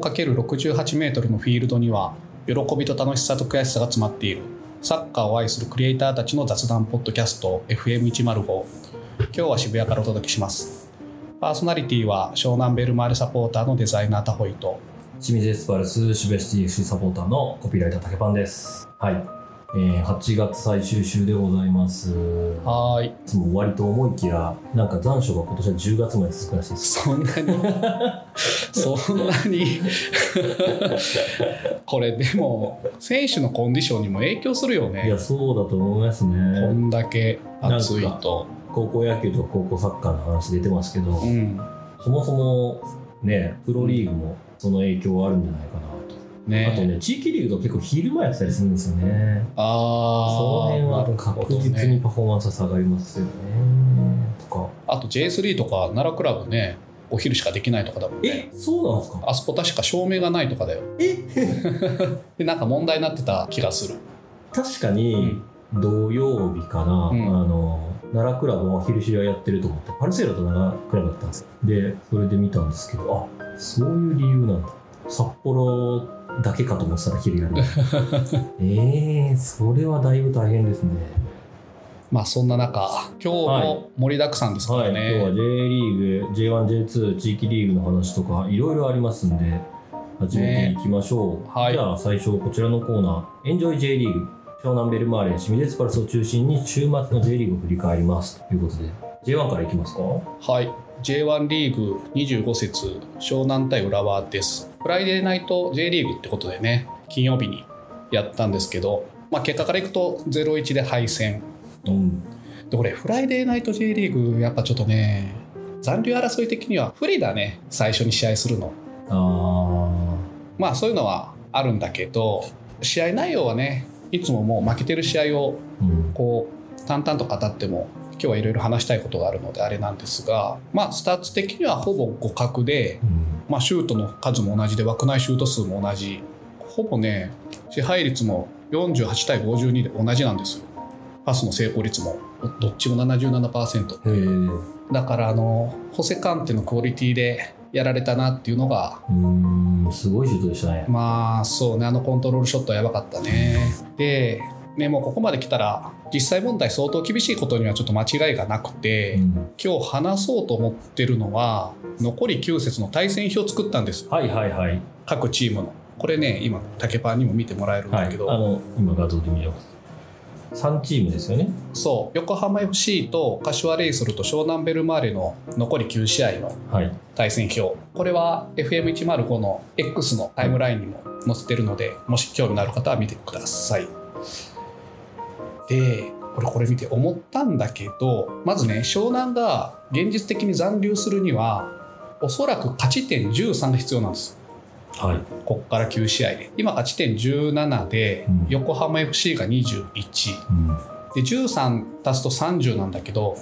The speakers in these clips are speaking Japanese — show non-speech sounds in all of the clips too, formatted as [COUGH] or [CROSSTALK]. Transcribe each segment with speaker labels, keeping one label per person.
Speaker 1: 105×68m のフィールドには喜びと楽しさと悔しさが詰まっているサッカーを愛するクリエイターたちの雑談ポッドキャスト FM105 今日は渋谷からお届けしますパーソナリティは湘南ベルマーレサポーターのデザイナータホイと
Speaker 2: 清水エスパルス渋谷シティ FC サポーターのコピーライター竹パンです。はい。えー、8月最終週でございます。い
Speaker 1: はーい
Speaker 2: つも終わりと思いきや、なんか残暑が今年は10月まで続くらしいです。
Speaker 1: そん
Speaker 2: [LAUGHS]
Speaker 1: なにそんなにこれでも選手のコンディションにも影響するよ
Speaker 2: い
Speaker 1: ね
Speaker 2: や、そうだと思います
Speaker 1: こ
Speaker 2: ね。
Speaker 1: んだけ暑いと
Speaker 2: 高校野球とか高校サッカーの話出てますけど
Speaker 1: う、ん
Speaker 2: そもそもね、プロリーグもその影響はあるんじゃないかなと。
Speaker 1: ね
Speaker 2: あとね、地域リーグとか結構昼間やってたりするんですよね。
Speaker 1: あ
Speaker 2: そ
Speaker 1: ー
Speaker 2: の
Speaker 1: なる
Speaker 2: 辺は
Speaker 1: ほ
Speaker 2: 確
Speaker 1: ど
Speaker 2: 実に
Speaker 1: ね
Speaker 2: パフォーマンスは下がりますよね。とか。
Speaker 1: あと J3 とか奈良クラブねお昼しかできないとかだもんね
Speaker 2: え、そうなんですか
Speaker 1: あそこ確か照明がないとかだよ
Speaker 2: え
Speaker 1: [LAUGHS] でなんか問題になってた気がする
Speaker 2: 確か
Speaker 1: う
Speaker 2: に
Speaker 1: ん
Speaker 2: 土曜日かな、
Speaker 1: うん
Speaker 2: あの奈良クラブは昼試合やってると思ってパルセイロと奈良クラブだったんですよでそれで見たんですけどあそういう理由なんだ札幌だけかと思ってたら昼や
Speaker 1: [LAUGHS]
Speaker 2: るえー、それはだいぶ大変ですね
Speaker 1: まあそんな中今日も盛りだくさんですか
Speaker 2: は
Speaker 1: ら
Speaker 2: い、
Speaker 1: ね、
Speaker 2: 今日は J リーグ J1J2 地域リーグの話とかいろいろありますんで始めていきましょう、
Speaker 1: ねはい
Speaker 2: じゃあ最初こちらのコーナー「エンジョイ j リーグ」湘南ベルマーレ清水エスパルスを中心に週末の J リーグを振り返りますということで J1 からいきますか
Speaker 1: はい、J1 リーグ25節湘南対浦和ですフライデーナイト J リーグってことでね金曜日にやったんですけど、まあ、結果からいくと0-1で敗戦
Speaker 2: うん
Speaker 1: でこれフライデーナイト J リーグやっぱちょっとね残留争い的には不利だね最初に試合するの
Speaker 2: あ
Speaker 1: まあそういうのはあるんだけど試合内容はねいつももう負けてる試合を
Speaker 2: ーうん
Speaker 1: こう淡々と語っても今日はいろいろ話したいことがあるのであれなんですがまあスタッツ的にはほぼ互角で、
Speaker 2: うん
Speaker 1: まあ、シュートの数も同じで枠内シュート数も同じほぼね支配率も48対52で同じなんですよパスの成功率もどっちも77%
Speaker 2: へえ、
Speaker 1: だからあのホセカンテのクオリティでやられたなっていうのが
Speaker 2: うーん、すごいシュートでしたね。
Speaker 1: まあそうねあのコントロールショットはやばかったねでねもうここまで来たら実際問題相当厳しいことにはちょっと間違いがなくて、
Speaker 2: うん
Speaker 1: 今日話そうと思ってるのは残り9節の対戦表を作ったんですよ
Speaker 2: はいはいはい。
Speaker 1: 各チームのこれね今竹パンにも見てもらえるん
Speaker 2: はい、
Speaker 1: だ
Speaker 2: あ
Speaker 1: けど、
Speaker 2: の、今画像で見れます。3チームですよね。
Speaker 1: そう横浜 FC と柏レイソルと湘南ベルマーレの残り9試合の
Speaker 2: はい。
Speaker 1: 対戦表これは FM105 の X のタイムラインにも載せてるのでもし興味のある方は見てくださいで俺これ見て思ったんだけどまずね湘南が現実的に残留するにはおそらく勝ち点13が必要なんです
Speaker 2: はい。
Speaker 1: こっから9試合で今勝ち点17で
Speaker 2: うん
Speaker 1: 横浜 FC が21
Speaker 2: うん
Speaker 1: で13足すと30なんだけど、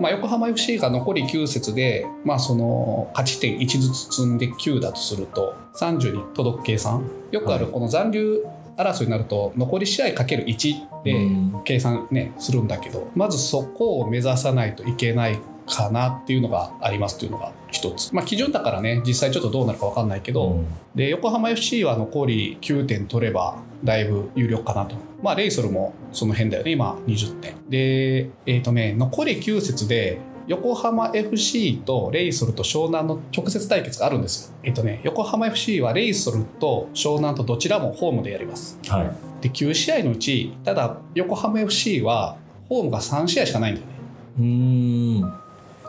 Speaker 1: まあ、横浜 FC が残り9節で、まあ、その勝ち点1ずつ積んで9だとすると30に届く計算よくある
Speaker 2: はい
Speaker 1: この残留争いになると残り試合かける1
Speaker 2: う
Speaker 1: で
Speaker 2: ん
Speaker 1: 計算ねするんだけどまずそこを目指さないといけないかなっていうのがありますというのが一つ、まあ、基準だからね実際ちょっとどうなるか分かんないけど、
Speaker 2: うん
Speaker 1: で横浜 FC は残り9点取ればだいぶ有力かなと、まあ、レイソルもその辺だよね今20点でえっ、とね残り9節で横浜 FC とレイソルと湘南の直接対決があるんですよえっ、とね横浜 FC はレイソルと湘南とどちらもホームでやります
Speaker 2: はい。
Speaker 1: で9試合のうちただ横浜 FC はホームが3試合しかないんだよね
Speaker 2: うーん。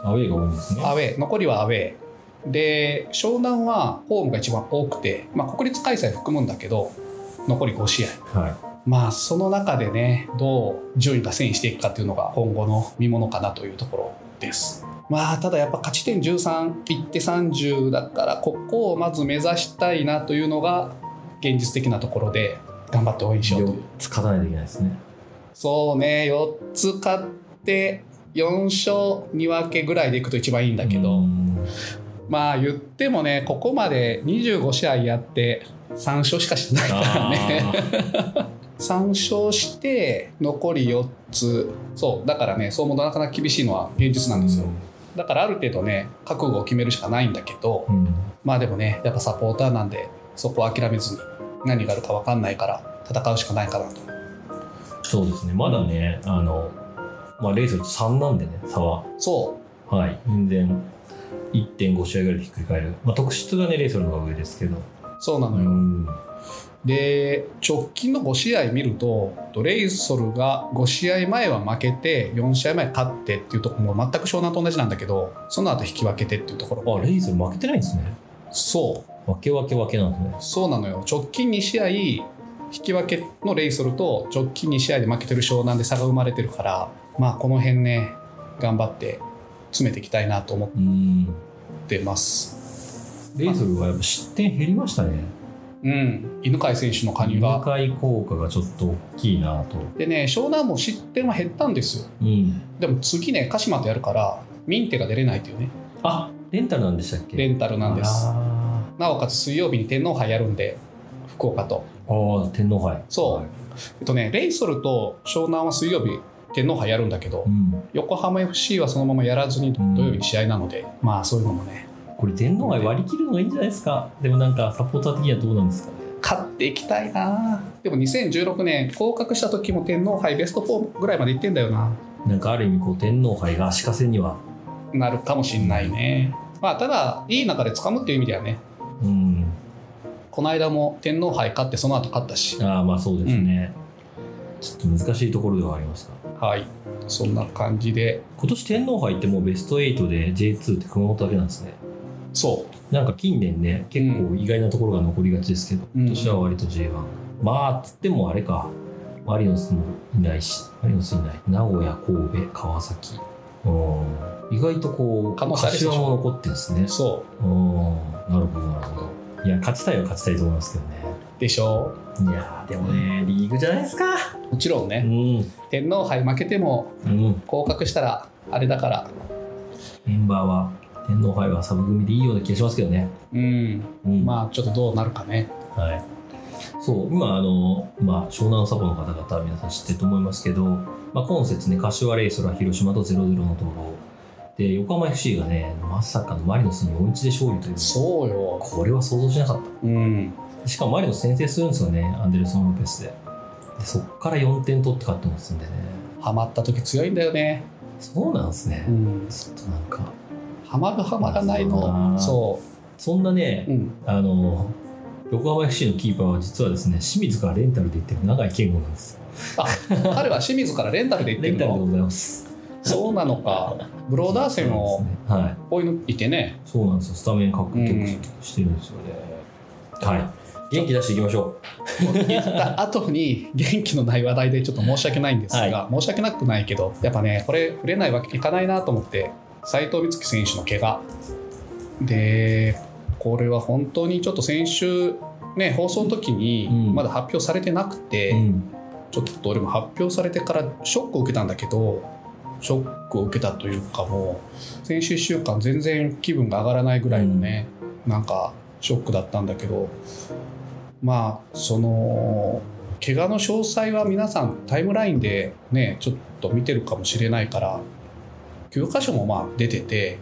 Speaker 2: アウェイが多いんですね。
Speaker 1: アウェー残りはアウェーで湘南はホームが一番多くて、まあ、国立開催含むんだけど残り5試合
Speaker 2: は
Speaker 1: まあその中でねどう順位が遷移していくかっていうのが今後の見ものかなというところですまあただやっぱ勝ち点13いって30だからここをまず目指したいなというのが現実的なところで頑張って応援
Speaker 2: い。
Speaker 1: しようとい
Speaker 2: 4
Speaker 1: う
Speaker 2: つ勝たないといけないですね。
Speaker 1: そうね4つ勝って4勝2分けぐらいでいくと一番いいんだけど、
Speaker 2: うーん
Speaker 1: まあ言ってもねここまで25試合やって3勝しかしてない
Speaker 2: [LAUGHS]
Speaker 1: からね3勝して残り4つそうだからねそうもなかなか厳しいのは現実
Speaker 2: あー
Speaker 1: なんですよ、
Speaker 2: う
Speaker 1: だからある程度ね覚悟を決めるしかないんだけど
Speaker 2: うん
Speaker 1: まあでもねやっぱサポーターなんでそこは諦めずに何があるか分かんないから戦うしかないかなと
Speaker 2: そうですねまだね、あのまあレイソルと3なんでね差は
Speaker 1: そ
Speaker 2: はい全然1.5試合ぐらいでひっくり返る、まあ、特質がねレイソルの方が上ですけど
Speaker 1: うそうな
Speaker 2: う
Speaker 1: のよ、
Speaker 2: ん
Speaker 1: で直近の5試合見るとレイソルが5試合前は負けて4試合前勝ってっていうところもう全く湘南と同じなんだけどその後引き分けてっていうところ
Speaker 2: あレイソル負けてないんですね
Speaker 1: そう
Speaker 2: 分け分け分けなんですね
Speaker 1: そうなのよ直近2試合引き分けのレイソルと直近2試合で負けてる湘南で差が生まれてるからまあこの辺ね頑張って詰めていきたいなと思
Speaker 2: うん
Speaker 1: ってます
Speaker 2: レイソルはやっぱ失点減りましたね
Speaker 1: うん犬飼選手の加入
Speaker 2: 入
Speaker 1: が
Speaker 2: 会効果がちょっと大きいなと
Speaker 1: でね湘南も失点は減ったんですよ
Speaker 2: うん
Speaker 1: でも次ね鹿島とやるからミンテが出れないというね
Speaker 2: あレンタルなんでしたっけ
Speaker 1: レンタルなんです
Speaker 2: あ
Speaker 1: なおかつ水曜日に天皇杯やるんで福岡と
Speaker 2: ーあー天皇杯
Speaker 1: そう
Speaker 2: はい
Speaker 1: えっとねレイソルと湘南は水曜日天皇杯やるんだけど、
Speaker 2: うん、
Speaker 1: 横浜 FC はそのままやらずに
Speaker 2: うん
Speaker 1: 土曜日に試合なので、まあそういうのもね
Speaker 2: これ天皇杯割り切るのがいいんじゃないですかでもなんかサポーター的にはどうなんですかね
Speaker 1: 勝っていきたいなでも2016年降格した時も天皇杯ベスト4ぐらいまで行ってんだよな
Speaker 2: なんかある意味こう天皇杯が足かせには
Speaker 1: なるかもしんないねまあただいい中で掴むっていう意味ではね
Speaker 2: うん
Speaker 1: この間も天皇杯勝ってその後勝ったし
Speaker 2: ああまあそうですね、ちょっと難しいところではありました
Speaker 1: はいそんな感じで
Speaker 2: 今年天皇杯ってもうベスト8で J2 って熊本だけなんですね
Speaker 1: そ
Speaker 2: なんか近年ね結構意外なところが残りがちですけど、
Speaker 1: うん
Speaker 2: 今年は割と J1 まあつってもあれかマリノスもいないしマリノスいない名古屋神戸川崎うん意外とこう
Speaker 1: 可能性あるでしょ
Speaker 2: 柏も残ってるんですね
Speaker 1: うそ
Speaker 2: うんなるほどなるほどいや勝ちたいは勝ちたいと思いますけど
Speaker 1: う
Speaker 2: ね
Speaker 1: でしょ
Speaker 2: いやーでもねリーグじゃないですか
Speaker 1: うもちろん
Speaker 2: う
Speaker 1: ね、
Speaker 2: ん
Speaker 1: 天皇杯負けても
Speaker 2: うん
Speaker 1: 降格したらあれだから
Speaker 2: メンバーは天皇杯はサブ組でいいような気がしますけどね。
Speaker 1: うん
Speaker 2: うん
Speaker 1: まあちょっとどうなるかね
Speaker 2: はい、そう今あの、まあ、湘南サポの方々は皆さん知ってると思いますけど、まあ、今節ね柏レイソルは広島と0-0のところで横浜 FC がねまさかのマリノスに4-1で勝利という
Speaker 1: そうよ
Speaker 2: これは想像しなかっ
Speaker 1: うん
Speaker 2: たしかもマリノス先制するんですよねアンデルソン・ロペスででそっから4点取って勝ってますんでね
Speaker 1: ハマった時強いんだよね
Speaker 2: そうなんですね、
Speaker 1: ん
Speaker 2: ちょっとなんか
Speaker 1: ハマるハマらない
Speaker 2: あー
Speaker 1: のそ
Speaker 2: そんなね
Speaker 1: う、うん、
Speaker 2: あの横浜 FC のキーパーは実はですね清水からレンタルで行ってる永井健吾なんですよ [LAUGHS]
Speaker 1: 彼は清水からレンタルで行って
Speaker 2: レ
Speaker 1: る
Speaker 2: ンタルで
Speaker 1: の
Speaker 2: ございます
Speaker 1: そうなのかブローダー戦を
Speaker 2: はい
Speaker 1: 追い抜いてね
Speaker 2: そうなんですよスタメン獲得してるんですよね、はい元気出していきましょ
Speaker 1: 言った後に元気のない話題でちょっと申し訳ないんですが、申し訳なくないけどやっぱねこれ触れないわけいかないなと思って斉藤光希選手の怪我でこれは本当にちょっと先週ね放送の時に
Speaker 2: うん
Speaker 1: まだ発表されてなくて、
Speaker 2: う、ん、
Speaker 1: ちょっと俺も発表されてからショックを受けたんだけどショックを受けたというかもう先週1週間全然気分が上がらないぐらいのね、なんかショックだったんだけどまあその怪我の詳細は皆さんタイムラインでねちょっと見てるかもしれないから教科書もまあ出てて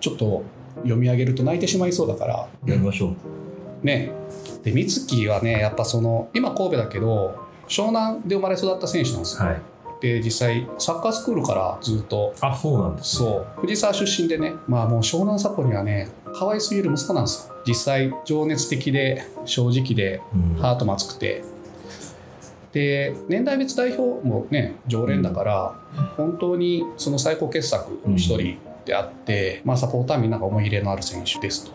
Speaker 1: ちょっと読み上げると泣いてしまいそうだから
Speaker 2: やりましょう
Speaker 1: ね、で美月はねやっぱその今神戸だけど湘南で生まれ育った選手なんですよ
Speaker 2: はい
Speaker 1: で実際サッカースクールからずっと
Speaker 2: あそうなんです
Speaker 1: そう藤沢出身でねまあもう湘南サポにはね可愛すぎる息子なんですよ実際情熱的で正直で
Speaker 2: うん
Speaker 1: ハートも熱くてで年代別代表もね常連だから、本当にその最高傑作の一人であって、まあ、サポーターみんなが思い入れのある選手ですと。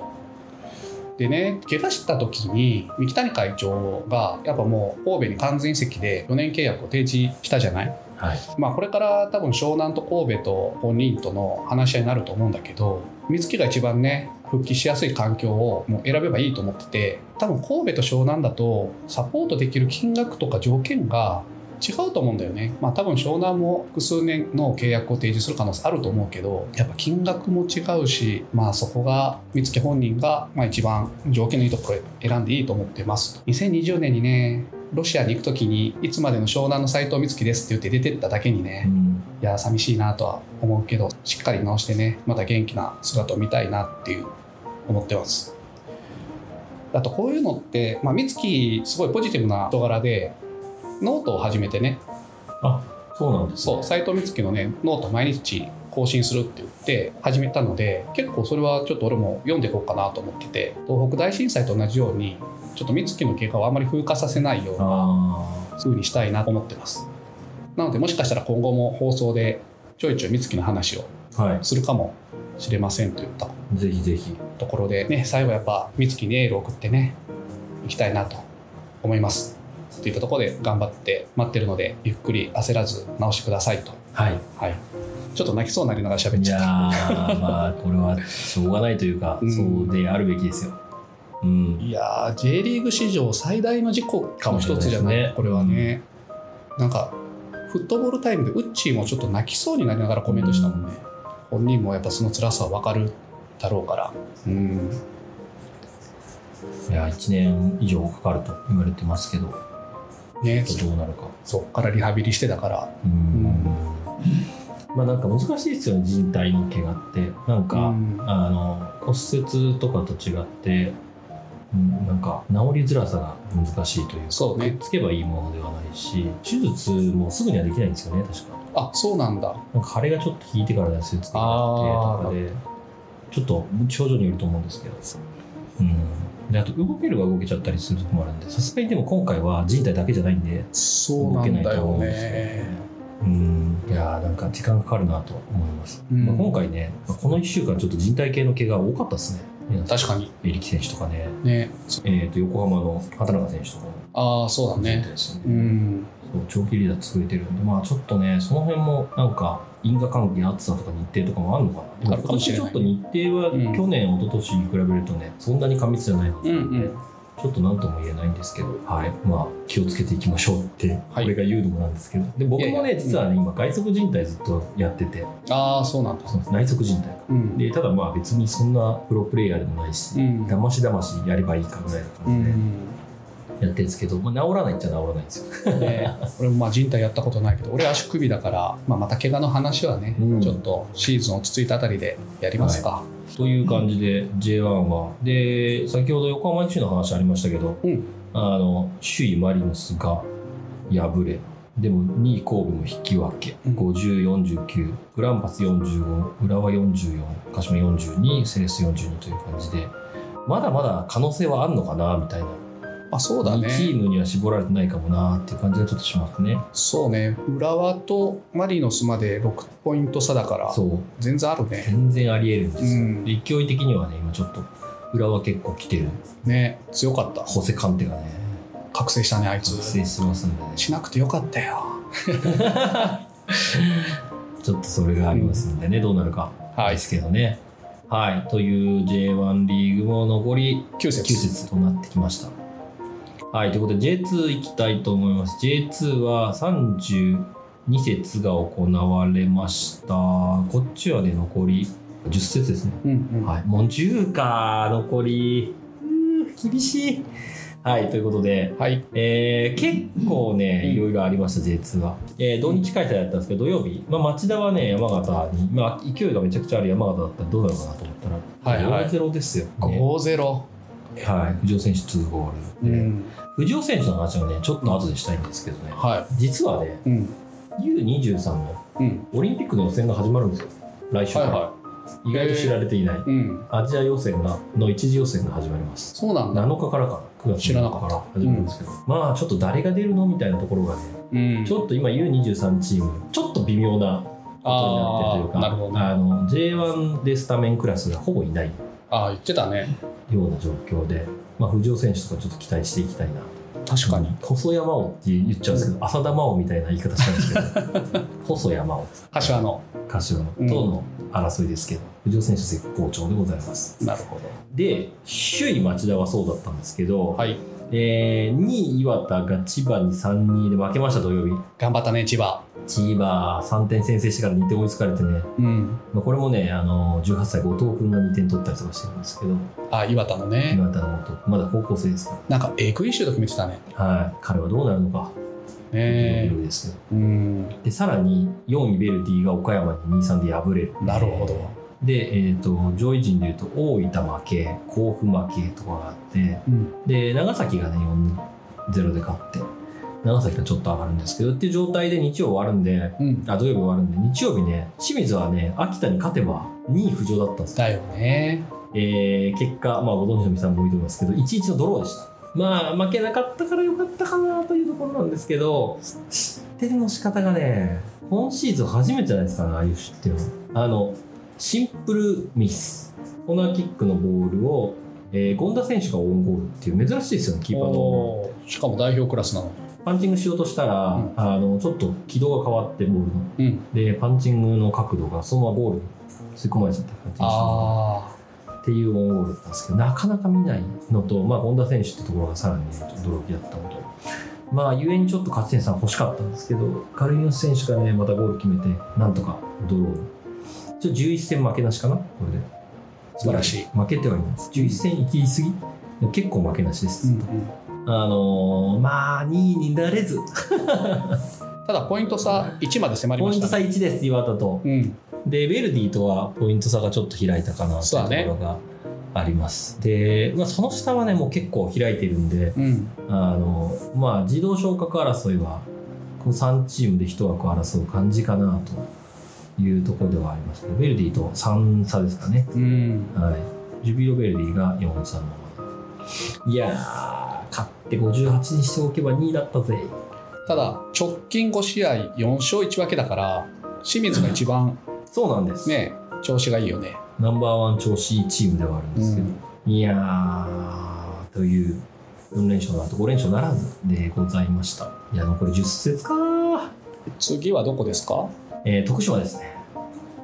Speaker 1: でね怪我した時に三木谷会長がやっぱもう神戸に完全移籍で4年契約を提示したじゃない、
Speaker 2: はい
Speaker 1: まあ、これから多分湘南と神戸と本人との話し合いになると思うんだけど水木が一番ね復帰しやすい環境をもう選べばいいと思ってて多分神戸と湘南だとサポートできる金額とか条件が違うと思うんだよね、まあ、多分湘南も複数年の契約を提示する可能性あると思うけどやっぱ金額も違うし、まあ、そこが三月本人がまあ一番条件のいいところ選んでいいと思ってますと2020年にねロシアに行く時にいつまでの湘南の斎藤光希ですって言って出てっただけにね、
Speaker 2: うん
Speaker 1: いや寂しいなとは思うけどしっかり直してねまた元気な姿を見たいなっていう思ってますあとこういうのって、まあ、美月すごいポジティブな人柄でノートを始めてね
Speaker 2: そうなんです、ね、
Speaker 1: そう斎藤美月のねノート毎日更新するって言って始めたので結構それはちょっと俺も読んでいこうかなと思ってて東北大震災と同じようにちょっと美月の経過をあんまり風化させないような
Speaker 2: あ
Speaker 1: 風にしたいなと思ってますなのでもしかしたら今後も放送でちょいちょい美月の話を
Speaker 2: あは
Speaker 1: するかもしれませんといった
Speaker 2: いぜひぜひ
Speaker 1: ところで、ね、最後やっぱ美月にエールを送ってね行きたいなと思いますといったところで頑張って待ってるのでゆっくり焦らず直してくださいと、
Speaker 2: はい
Speaker 1: はい、ちょっと泣きそうになりながら喋っ
Speaker 2: い
Speaker 1: ちゃ
Speaker 2: や
Speaker 1: っ
Speaker 2: ー
Speaker 1: た
Speaker 2: まあこれはしょうがないというか、
Speaker 1: うん
Speaker 2: そうであるべきですようん
Speaker 1: いやー J リーグ史上最大の事故かも一つじゃない
Speaker 2: そうですね
Speaker 1: これはね、なんかフットボールタイムでウッチーもちょっと泣きそうになりながらコメントしたもんね、本人もやっぱその辛さは分かるだろうからうん
Speaker 2: いや1年以上かかると言われてますけど
Speaker 1: ね
Speaker 2: どうなるか
Speaker 1: そっからリハビリしてだから
Speaker 2: うんまあなんか難しいですよね人体の怪我ってなんか、
Speaker 1: うん
Speaker 2: あの骨折とかと違って、うん、なんか治りづらさが難しいというか
Speaker 1: そうね
Speaker 2: くっつけばいいものではないし手術もすぐにはできないんですよね確か
Speaker 1: あそうなんだ
Speaker 2: なんか腫れがちょっと引いてからですよつけて
Speaker 1: あー
Speaker 2: とかでちょっと症状によると思うんですけどうんであと動けるは動けちゃったりするとこもあるんでさすがにでも今回は人体だけじゃないんで
Speaker 1: そうなんだよね
Speaker 2: うんいやーなんか時間かかるなと思います、
Speaker 1: うん
Speaker 2: まあ、今回ねまあこの1週間ちょっと人体系の怪我多かったですね皆さん
Speaker 1: 確かに
Speaker 2: エリキ選手とかね、
Speaker 1: ね
Speaker 2: えー、と横浜の畑中選手とかも
Speaker 1: ああそうだ
Speaker 2: 人
Speaker 1: ね
Speaker 2: 体ですよ
Speaker 1: う
Speaker 2: ね
Speaker 1: ん
Speaker 2: そう長期離脱続いてるんで、まあ、ちょっとねその辺もなんか因果関係暑さとか日程とかもあるのかなでも
Speaker 1: ある
Speaker 2: 今
Speaker 1: かもし
Speaker 2: 年
Speaker 1: れ
Speaker 2: ちょ
Speaker 1: ない
Speaker 2: っと日程は
Speaker 1: うん
Speaker 2: 去年、一昨年に比べるとねそんなに過密じゃないの
Speaker 1: う
Speaker 2: で、
Speaker 1: んうん
Speaker 2: ちょっと何とも言えないんですけど、はいまあ、気をつけていきましょうって
Speaker 1: はい
Speaker 2: 俺が言うのもなんですけど、で僕
Speaker 1: いや
Speaker 2: も
Speaker 1: い
Speaker 2: ね
Speaker 1: や
Speaker 2: 実はね今外側靭帯ずっとやってて
Speaker 1: ああそうなんだ
Speaker 2: そう内側靭帯か
Speaker 1: うん
Speaker 2: でただまあ別にそんなプロプレイヤーでもないし、
Speaker 1: うん
Speaker 2: だましだましやればいいかぐらいな
Speaker 1: う
Speaker 2: 感じ
Speaker 1: ん
Speaker 2: でやってるんですけど、まあ、治らないっちゃ治らないんですよ。
Speaker 1: ね、俺もまあ人体やったことないけど俺足首だから、まあ、また怪我の話はね、
Speaker 2: うん
Speaker 1: ちょっとシーズン落ち着いたあたりでやりますか、
Speaker 2: という感じで J1 はで先ほど横浜 FC の話ありましたけど、
Speaker 1: うん
Speaker 2: あの首位マリノスが敗れでも2位神戸も引き分け、
Speaker 1: うん
Speaker 2: 5049グランパス45浦和44鹿島42セレス42という感じでまだまだ可能性はあるのかなみたいな、
Speaker 1: まあ、そうだ
Speaker 2: 2
Speaker 1: ね
Speaker 2: チームには絞られてないかもなっていう感じがちょっとしますね
Speaker 1: そうね浦和とマリノスまで6ポイント差だから
Speaker 2: そう
Speaker 1: 全然あるね
Speaker 2: 全然ありえるんですよ、
Speaker 1: うん
Speaker 2: で勢い的にはね今ちょっと浦和結構来てる
Speaker 1: ね強かった
Speaker 2: ホセカンテがね
Speaker 1: 覚醒したねあいつ
Speaker 2: 覚醒してますんでね
Speaker 1: しなくてよかったよ
Speaker 2: ちょっとそれがありますんでね、どうなるか
Speaker 1: は
Speaker 2: で
Speaker 1: い
Speaker 2: すけどね。はい、という J1 リーグも残り
Speaker 1: 9
Speaker 2: 9
Speaker 1: 節
Speaker 2: 節となってきました。はい、ということで J2 行きたいと思います。J2 は32節が行われました。こっちはね、残り10節ですね。
Speaker 1: うんうん
Speaker 2: はい、もう10か、残り。うー厳しい。はい、ということで、
Speaker 1: はい
Speaker 2: えー結構ね、
Speaker 1: うん
Speaker 2: いろいろありました、J2 は。えー土日開催だったんですけど、土曜日、まあ、町田はね、山形に、まあ、勢いがめちゃくちゃある山形だったらどうなるかなと思ったら、
Speaker 1: はいはい
Speaker 2: 0 0ですよ、ね。
Speaker 1: 5-0、
Speaker 2: はい、藤尾選手2ゴー
Speaker 1: う
Speaker 2: ル、
Speaker 1: ん
Speaker 2: 藤尾選手の話はね、ちょっと後でしたいんですけどね、
Speaker 1: は
Speaker 2: 実はね、
Speaker 1: いうん
Speaker 2: U23 の
Speaker 1: うん
Speaker 2: オリンピックの予選が始まるんですよ、来週
Speaker 1: は
Speaker 2: か
Speaker 1: い
Speaker 2: ら。
Speaker 1: は
Speaker 2: 意外と知られていない、
Speaker 1: いうん
Speaker 2: アジア予選がの一次予選が始まります。
Speaker 1: そうなんだ、
Speaker 2: 7日からかな、9月
Speaker 1: 知らなか
Speaker 2: 7
Speaker 1: っ
Speaker 2: 日
Speaker 1: た
Speaker 2: から始まるんですけど、まあちょっと誰が出るのみたいなところがね、
Speaker 1: うん、
Speaker 2: ちょっと今 U23 チームちょっと微妙なことになってるとい
Speaker 1: あ
Speaker 2: うか
Speaker 1: ーなるほどね
Speaker 2: あの J1 でスタメンクラスがほぼいない
Speaker 1: ああ言ってたね
Speaker 2: ような状況で、まあ、藤尾選手とかちょっと期待していきたいな
Speaker 1: 確かに、
Speaker 2: 細山王って言っちゃうんですけど、浅田真央みたいな言い方したんです
Speaker 1: [LAUGHS]
Speaker 2: けど細山王
Speaker 1: 柏の
Speaker 2: 柏のとの争いですけど、藤尾選手絶好調でございます
Speaker 1: なるほど
Speaker 2: で首位町田はそうだったんですけど、
Speaker 1: はい
Speaker 2: えー、2位岩田が千葉に3-2で負けました土曜日
Speaker 1: 頑張ったね千葉
Speaker 2: 千葉3点先制してから2点追いつかれてね、
Speaker 1: うん
Speaker 2: まあ、これもねあの18歳後藤君が2点取ったりとかしてるんですけど
Speaker 1: あ岩田のね
Speaker 2: 岩田の後まだ高校生ですか
Speaker 1: なんかえぐいシュート決めてたね
Speaker 2: ら、はい、彼はどうなるのか
Speaker 1: ね
Speaker 2: というですけど
Speaker 1: うん
Speaker 2: でさらに4位ベルディが岡山に2-3で敗れる
Speaker 1: なるほど
Speaker 2: で、えー、と上位陣でいうと大分負け甲府負けとかがあって
Speaker 1: うん
Speaker 2: で長崎がね4-0で勝って長崎がちょっと上がるんですけどっていう状態で日曜終わるんで
Speaker 1: うん
Speaker 2: あ土曜日終わるんで日曜日ね清水はね秋田に勝てば2位浮上だったんですよ、
Speaker 1: だよね
Speaker 2: えー結果まあご存知の皆さんも多いと思いますけど1-1のドローでしたまあ負けなかったから良かったかなというところなんですけど失点の仕方がね今シーズン初めてじゃないですかねああいう失点はあのシンプルミスコーナーキックのボールを、えー、権田選手がオウンゴールっていう珍しいですよねキーパーの
Speaker 1: おーしかも代表クラスなの
Speaker 2: パンチングしようとしたら、
Speaker 1: うん
Speaker 2: あのちょっと軌道が変わってボールの
Speaker 1: うん
Speaker 2: でパンチングの角度がそのままゴールに吸い込まれちゃった感じがした
Speaker 1: あ
Speaker 2: っていうオウンゴールだったんですけどなかなか見ないのと、まあ、権田選手ってところがさらに驚きだったのと、まあ、ゆえにちょっと勝ち点さん欲しかったんですけどカルリノス選手がねまたゴール決めてなんとかドローちょ11戦負けなしかなこれで
Speaker 1: 素晴らしい
Speaker 2: 負けてはいないです11戦行き過ぎでも結構負けなしで
Speaker 1: ー、
Speaker 2: す、あのーまあ2位になれず
Speaker 1: ただポイント差1まで迫り
Speaker 2: ポ
Speaker 1: ま
Speaker 2: イン
Speaker 1: し
Speaker 2: ト
Speaker 1: た
Speaker 2: 差
Speaker 1: ね
Speaker 2: 1です岩田と
Speaker 1: うん
Speaker 2: でベルディとはポイント差がちょっと開いたかなと
Speaker 1: そうだ
Speaker 2: い
Speaker 1: ね
Speaker 2: うところがあります、で、まあ、その下はねもう結構開いてるんで
Speaker 1: うん
Speaker 2: あのまあ自動昇格争いはこの3チームで1枠争う感じかなというところではありますけどベルディと3差ですかね
Speaker 1: うん
Speaker 2: はいジュビロベルディが4 3のまいやー勝って58にしておけば2位だったぜ
Speaker 1: ただ直近5試合4勝1分けだから清水が一番
Speaker 2: そうなんです、
Speaker 1: ね調子がいいよね
Speaker 2: ナンバーワン調子いいチームではあるんですけど、
Speaker 1: うん
Speaker 2: いやー、という4連勝の後5連勝ならずでございました。いや、残り10節かー、
Speaker 1: 次はどこですか
Speaker 2: えー徳島ですね。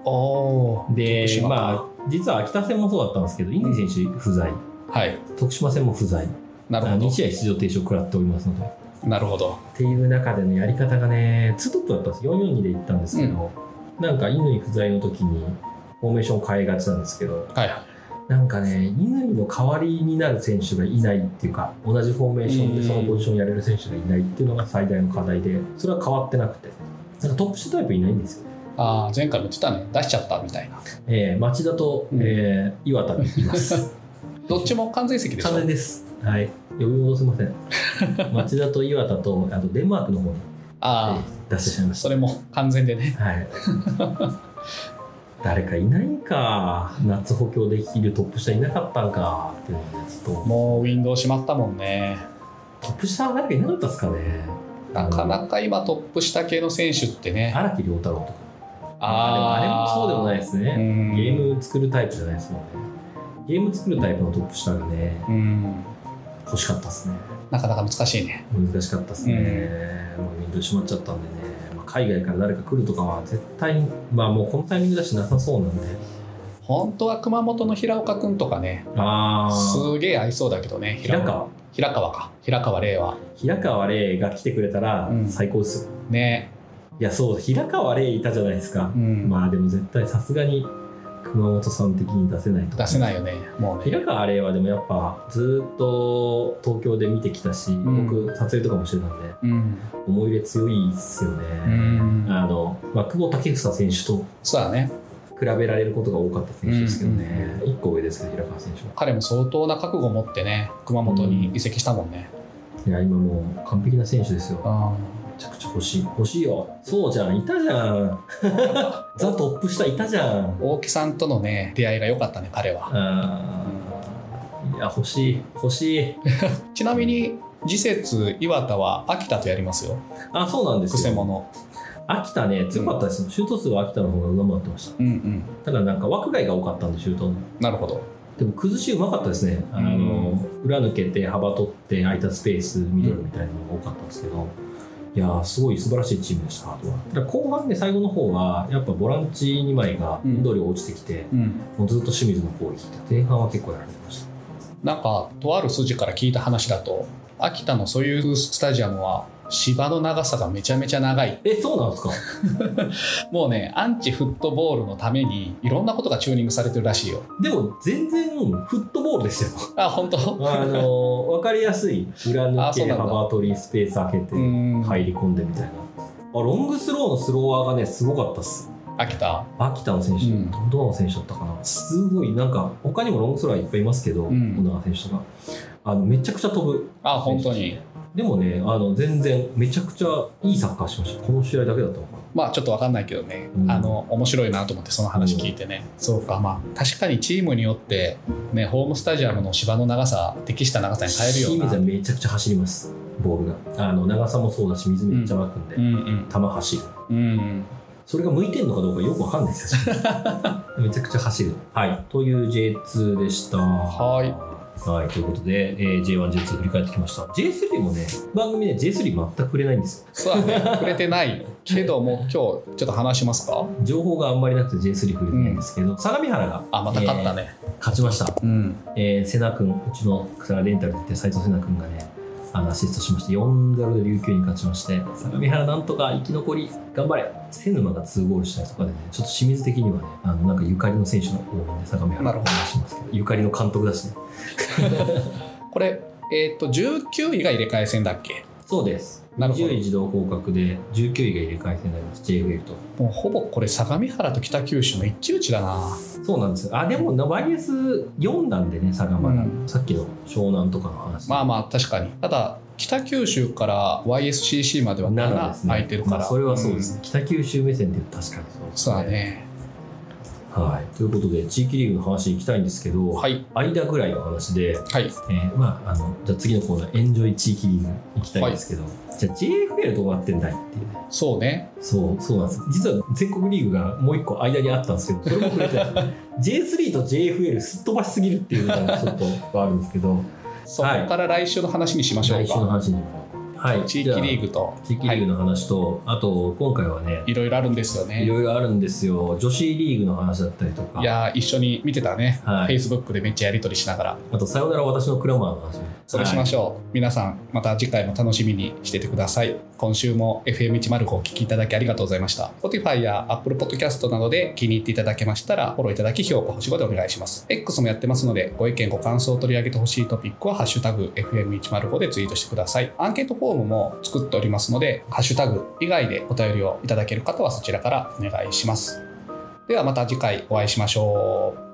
Speaker 1: お
Speaker 2: で
Speaker 1: 徳、島か
Speaker 2: まあ、実は秋田戦もそうだったんですけど、イングリ選手不在、
Speaker 1: はい
Speaker 2: 徳島戦も不在、
Speaker 1: なるほ
Speaker 2: 2
Speaker 1: ど
Speaker 2: 試合出場停止を食らっておりますので。
Speaker 1: なるほど
Speaker 2: っていう中でのやり方がね、2トップだったんです。442で行ったんですけど、なんか乾不在の時に、フォーメーション変えがちなんですけど、
Speaker 1: はいはい
Speaker 2: なんかね、乾の代わりになる選手がいないっていうか、同じフォーメーションでそのポジションをやれる選手がいないっていうのが最大の課題で、それは変わってなくて、なんかトップ下タイプいないんですよ。
Speaker 1: ああ前回も言ってたね出しちゃったみたいな
Speaker 2: えー、町田と、
Speaker 1: うん
Speaker 2: えー岩田にいます。
Speaker 1: どっちも完全 [LAUGHS] 席でし
Speaker 2: 完全
Speaker 1: ょ
Speaker 2: です。はい。呼び戻せません。 [LAUGHS] 町田と岩田と、あとデンマークの方に
Speaker 1: ああ
Speaker 2: 出してしまいまし
Speaker 1: それも完全でね
Speaker 2: た。はい。 [LAUGHS] 誰かいないんか、夏補強できるトップ下いなかったんかっていうのですと、
Speaker 1: もうウィンドウ閉まったもんね
Speaker 2: トップ下は誰かいなかったですかね。
Speaker 1: なかなか今トップ下系の選手ってね
Speaker 2: 荒木遼太郎とか
Speaker 1: ー
Speaker 2: あれもそうでもないです
Speaker 1: う
Speaker 2: ね、
Speaker 1: ん
Speaker 2: ゲーム作るタイプじゃないですもんねゲーム作るタイプのトップ下がね
Speaker 1: うん
Speaker 2: 欲しかったですね
Speaker 1: なかなか難しいね
Speaker 2: 難しかったですね、もうウィンドウ閉まっちゃったんでね、まあ、海外から誰か来るとかは絶対にまあもうこのタイミングだしなさそうなんで
Speaker 1: 本当は熊本の平岡君とかね
Speaker 2: ああ
Speaker 1: すげえ合いそうだけどね
Speaker 2: 平川
Speaker 1: 平川か平川令和
Speaker 2: 平川麗が来てくれたら
Speaker 1: うん
Speaker 2: 最高ですよ、
Speaker 1: ね
Speaker 2: いやそう平川麗いたじゃないですか
Speaker 1: う、ん、
Speaker 2: まあでも絶対さすがに熊本さん的に出せないと
Speaker 1: 出せないよねもうね
Speaker 2: 平川あれはでもやっぱずーっと東京で見てきたし、
Speaker 1: ん
Speaker 2: 僕撮影とかもしてたんで
Speaker 1: うん、
Speaker 2: 思い入れ強いっすよね、
Speaker 1: うん
Speaker 2: あの、まあ、久保建英選手と
Speaker 1: そうだね
Speaker 2: 比べられることが多かった選手ですけどね、一1個上ですけど平川選手は
Speaker 1: 彼も相当な覚悟を持ってね熊本に移籍したもんね、
Speaker 2: いや今もう完璧な選手ですよ
Speaker 1: あ
Speaker 2: めちゃくちゃ欲しい欲しいよそうじゃんいたじゃん [LAUGHS] ザトップ下いたじゃん
Speaker 1: 大木さんとのね出会いが良かったね彼は
Speaker 2: あーいや欲しい欲しい
Speaker 1: ちなみに次節岩田は秋田とやりますよ
Speaker 2: あそうなんです
Speaker 1: くせ
Speaker 2: よ
Speaker 1: 者
Speaker 2: 秋田ね強かったですよ、シュート数は秋田の方が上回ってました
Speaker 1: うんうん
Speaker 2: ただなんか枠外が多かったんでシュートの
Speaker 1: なるほど
Speaker 2: でも崩しうまかったですねあの、裏抜けて幅取って空いたスペースミドルみたいなのが多かったんですけど、いやーすごい素晴らしいチームでしたただ後半で最後の方はやっぱボランチ2枚が
Speaker 1: うん
Speaker 2: 緑落ちてきて、
Speaker 1: うん
Speaker 2: もうずっと清水の攻撃で前半は結構やられてました
Speaker 1: なんかとある筋から聞いた話だと秋田のそういうスタジアムは芝の長さがめちゃめちゃ長い
Speaker 2: え、そうなんですか
Speaker 1: もうねアンチフットボールのためにいろんなことがチューニングされてるらしいよ
Speaker 2: でも全然フットボールでしたよ。
Speaker 1: あ本当
Speaker 2: あの、 [LAUGHS] わかりやすい。裏
Speaker 1: あ
Speaker 2: 抜
Speaker 1: そう
Speaker 2: け、
Speaker 1: なんだ
Speaker 2: 幅取り、スペース開け
Speaker 1: う
Speaker 2: て、
Speaker 1: ん、
Speaker 2: 入り込んでみたいな。あ、ロングスローのスローワーがね、すごかったっす。
Speaker 1: 秋田
Speaker 2: 秋田の選手、
Speaker 1: うん
Speaker 2: どの選手だったかな。すごい、なんか、他にもロングスローはいっぱいいますけど、
Speaker 1: ん
Speaker 2: 小永選手とか。あの、めちゃくちゃ飛ぶ。
Speaker 1: あ本当に。
Speaker 2: でもね、あの、全然、めちゃくちゃいいサッカーしました。この試合だけだったのかな。
Speaker 1: まあちょっとわかんないけどね、
Speaker 2: うん
Speaker 1: あの面白いなと思ってその話聞いてね、そうかまあ確かにチームによってねホームスタジアムの芝の長さ適した長さに変えるような
Speaker 2: 清水はめちゃくちゃ走ります、ボールが。あの長さもそうだし、水めっちゃまくんで、
Speaker 1: うんうん
Speaker 2: 球走る。
Speaker 1: うん
Speaker 2: それが向いてんのかどうかよくわかんないで
Speaker 1: [LAUGHS]
Speaker 2: すよ、めちゃくちゃ走る。はい。という J2 でした。
Speaker 1: はい
Speaker 2: はい。ということで、えー J1、J2 振り返ってきました。J3 もね、番組で J3 全く触れないんですよ。
Speaker 1: そうだね触れてないけども今日ちょっと話しますか
Speaker 2: 情報があんまりなくて J3 触れてないんですけど、相模原が
Speaker 1: あまた勝ったね、
Speaker 2: 勝ちました。
Speaker 1: うん
Speaker 2: えー、瀬名君、うちの草レンタルって斎藤瀬名君がね、あのアシストしまして、4ダルで琉球に勝ちまして、相模原なんとか生き残り、頑張れ、瀬沼が2ゴールしたりとかでね、ちょっと清水的にはね、あのなんかゆかりの選手が多いんで、相模原
Speaker 1: なるほど
Speaker 2: しますけど、ゆかりの監督だしね。
Speaker 1: これえっと19位が入れ替え戦だっけ
Speaker 2: そうです。
Speaker 1: なるほど
Speaker 2: 20位自動降格で、19位が入れ替え戦になります、JFL と。
Speaker 1: もうほぼこれ相模原と北九州の一騎打ちだな
Speaker 2: そうなんですよ。あ、でも、マイナス4なんでね、相模原、
Speaker 1: うん
Speaker 2: さっきの湘南とかの話。
Speaker 1: まあまあ確かにただ北九州から YSCC までは
Speaker 2: 7です
Speaker 1: 7
Speaker 2: ね。
Speaker 1: 空いてるから、
Speaker 2: まあそれはそうです、
Speaker 1: ん
Speaker 2: 北九州目線で言うと確かにそうです
Speaker 1: そうだね
Speaker 2: はい、ということで地域リーグの話に行きたいんですけど、
Speaker 1: はい
Speaker 2: 間ぐらいの話で、
Speaker 1: はい
Speaker 2: えーまあ、あのじゃあ次のコーナー「エンジョイ地域リーグ」行きたいんですけど、じゃあ JFL どうなってんだいっていうね
Speaker 1: そうね
Speaker 2: そうそうなんです実は全国リーグがもう一個間にあったんですけどそれも触れてない
Speaker 1: [LAUGHS]
Speaker 2: J3 と JFL すっ飛ばしすぎるっていうのがちょっとあるんですけど
Speaker 1: そこから来週の話にしましょう
Speaker 2: 来週の
Speaker 1: か、
Speaker 2: 話にはい
Speaker 1: 地域リー
Speaker 2: グ
Speaker 1: グと
Speaker 2: 地域リーグの話と、あと今回はね
Speaker 1: いろいろあるんですよ
Speaker 2: い
Speaker 1: ね
Speaker 2: ろいろあるんですよ女子リーグの話だったりとか
Speaker 1: いやー一緒に見てたね、
Speaker 2: はい
Speaker 1: Facebook でめっちゃやり取りしながら
Speaker 2: あと「さよなら私のクラマー」の話も
Speaker 1: それしましょう、皆さんまた次回も楽しみにしててください今週も FM105 お聞きいただきありがとうございました Spotify や Apple Podcast などで気に入っていただけましたらフォローいただき評価星5でお願いします X もやってますのでご意見ご感想を取り上げてほしいトピックは「ハッシュタグ #FM105」でツイートしてくださいアンケートフォームも作っておりますので「ハッシュタグ以外でお便りをいただける方はそちらからお願いしますではまた次回お会いしましょう